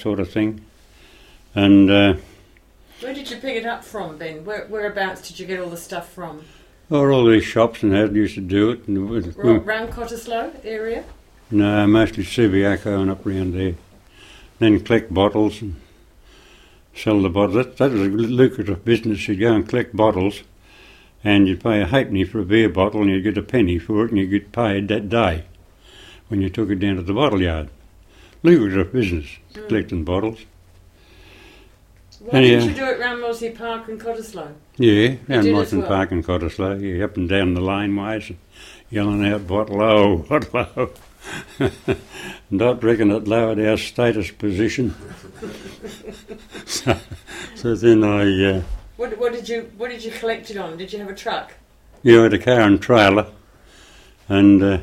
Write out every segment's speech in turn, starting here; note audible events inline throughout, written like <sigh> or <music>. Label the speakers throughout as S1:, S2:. S1: sort of thing. And uh,
S2: Where did you pick it up from, Ben? Where, whereabouts did you get all the stuff from?
S1: there were all these shops and how they used to do it. And it was,
S2: Ro- Round Cottesloe area?
S1: no, mostly Subiaco and up round there. Then collect bottles and sell the bottles. That, that was a lucrative business. You'd go and collect bottles and you'd pay a halfpenny for a beer bottle and you'd get a penny for it and you'd get paid that day when you took it down to the bottle yard. Lucrative business,
S2: Mm.
S1: collecting bottles.
S2: Why
S1: Anyhow.
S2: did you do it round Mossy Park and Cottesloe?
S1: Yeah, down
S2: did as
S1: Mossman
S2: well.
S1: Park and Cottesloe, yeah, up and down the laneways, yelling out, what low, <laughs> what low. and I reckon it lowered our status position. <laughs> so, so then I, uh,
S2: What, what did you What did you collect it on? Did you have a truck?
S1: yeah, I had a car and trailer, and uh,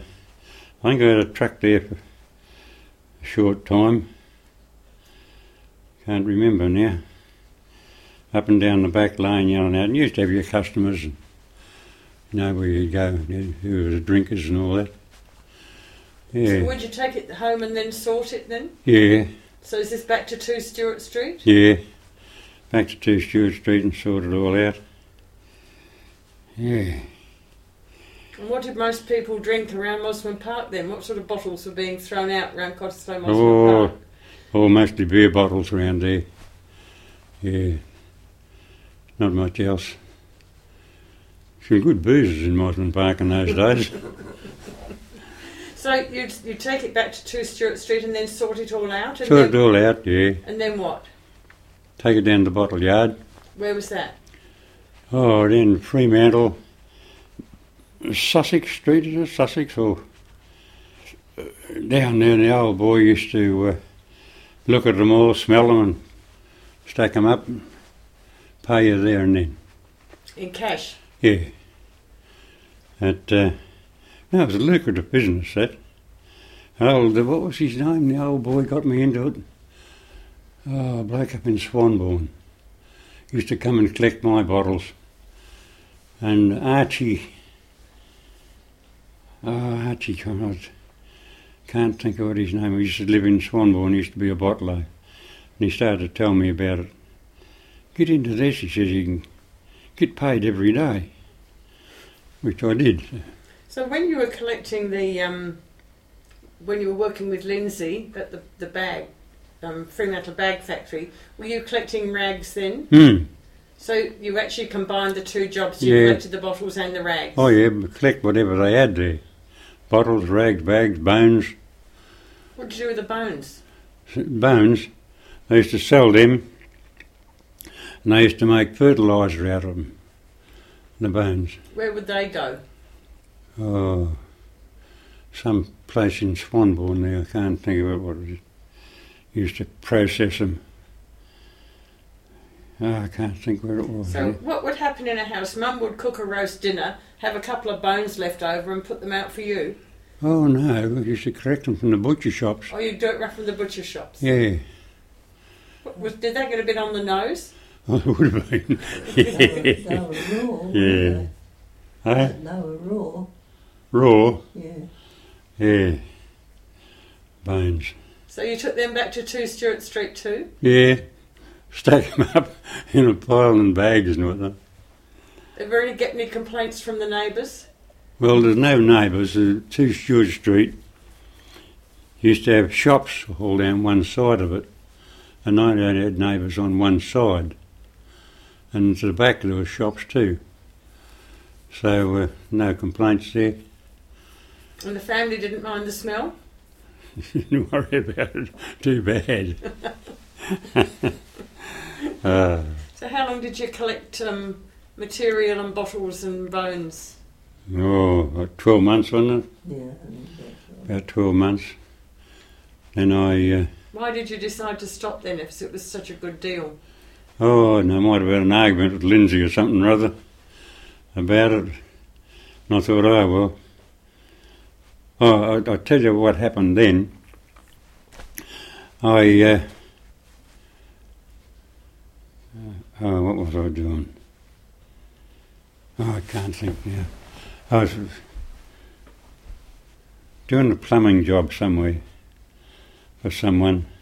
S1: I think I had a truck there for a short time. Can't remember now. Up and down the back lane yelling out, and you used to have your customers, and you know where you'd go, you- who were the drinkers and all that.
S2: So
S1: Yeah,
S2: would you take it home and then sort it then?
S1: yeah,
S2: So is this back to 2 Stewart Street?
S1: yeah. Back to 2 Stewart Street and sorted it all out. Yeah.
S2: And what did most people drink around Mosman Park then? What sort of bottles were being thrown out around Cottesloe Mosman
S1: Oh.
S2: Park?
S1: Oh, mostly beer bottles around there. Yeah. Not much else. Some good boozers in Mosman Park in those days.
S2: So you'd, you'd take it back to 2 Stewart Street and then sort it all out? And,
S1: Sort it
S2: then,
S1: all out, yeah.
S2: and then what?
S1: Take it down to the bottle yard.
S2: Where was that?
S1: Oh, then Fremantle, Sussex Street, is it Sussex? Or uh, down there, the old boy used to uh, look at them all, smell them, and stack them up and pay you there and then.
S2: In cash?
S1: Yeah. That, uh, no, it was a lucrative business, that. Oh, the, what was his name? The old boy got me into it. Oh, a bloke up in Swanbourne. Used to come and collect my bottles. And Archie, oh, Archie, God, I can't think of what his name He used to live in Swanbourne, he used to be a bottler. And he started to tell me about it. Get into this, he says, you can get paid every day, which I did.
S2: So when you were collecting the, um, when you were working with Lindsay at the, the bag, um, Fremantle Bag Factory, were you collecting rags then?
S1: Hmm.
S2: So you actually combined the two jobs, you
S1: Yeah.
S2: collected the bottles and the rags?
S1: Oh, yeah, but collect whatever they had there bottles, rags, bags, bones.
S2: What did you do with the bones?
S1: Bones, they used to sell them and they used to make fertiliser out of them, the bones.
S2: Where would they go?
S1: Oh, some place in Swanbourne there, I can't think of it, what it is. Used to process them. Oh, I can't think where it was.
S2: So what would happen in a house? Mum would cook a roast dinner, have a couple of bones left over, and put them out for you,
S1: Oh, no, we used to collect them from the butcher shops.
S2: or you'd do it right from the butcher shops.
S1: Yeah.
S2: What Was, did that get a bit on the nose?
S1: Oh, it would have been.
S3: They were- they
S1: Yeah.
S3: were raw. weren't They
S1: Eh?
S3: They were Oh, raw.
S1: Raw.
S3: Yeah.
S1: Yeah. Bones.
S2: So you took them back to Two Stewart Street too.
S1: Yeah. Stack them up in a pile in bags and whatnot.
S2: Did you really get any complaints from the neighbours?
S1: Well, there's no neighbours. There's two Stewart Street. Used to have shops all down one side of it, and I only had neighbours on one side. And to the back there were shops too. So uh, no complaints there.
S2: And the family didn't mind the smell.
S1: <laughs> Didn't worry about it too bad. <laughs> uh,
S2: So how long did you collect um, material and bottles and bones?
S1: oh, about 12 months, wasn't it?
S3: Yeah. I mean, that's
S1: About 12 months. Then I, uh,
S2: Why did you decide to stop then if it was such a good deal?
S1: oh, and I might have had an argument with Lindsay or something or other about it. And I thought, oh, well. Oh, I, I tell you what happened then. I, uh, oh, what was I doing? Oh, I can't think now. I was doing a plumbing job somewhere for someone,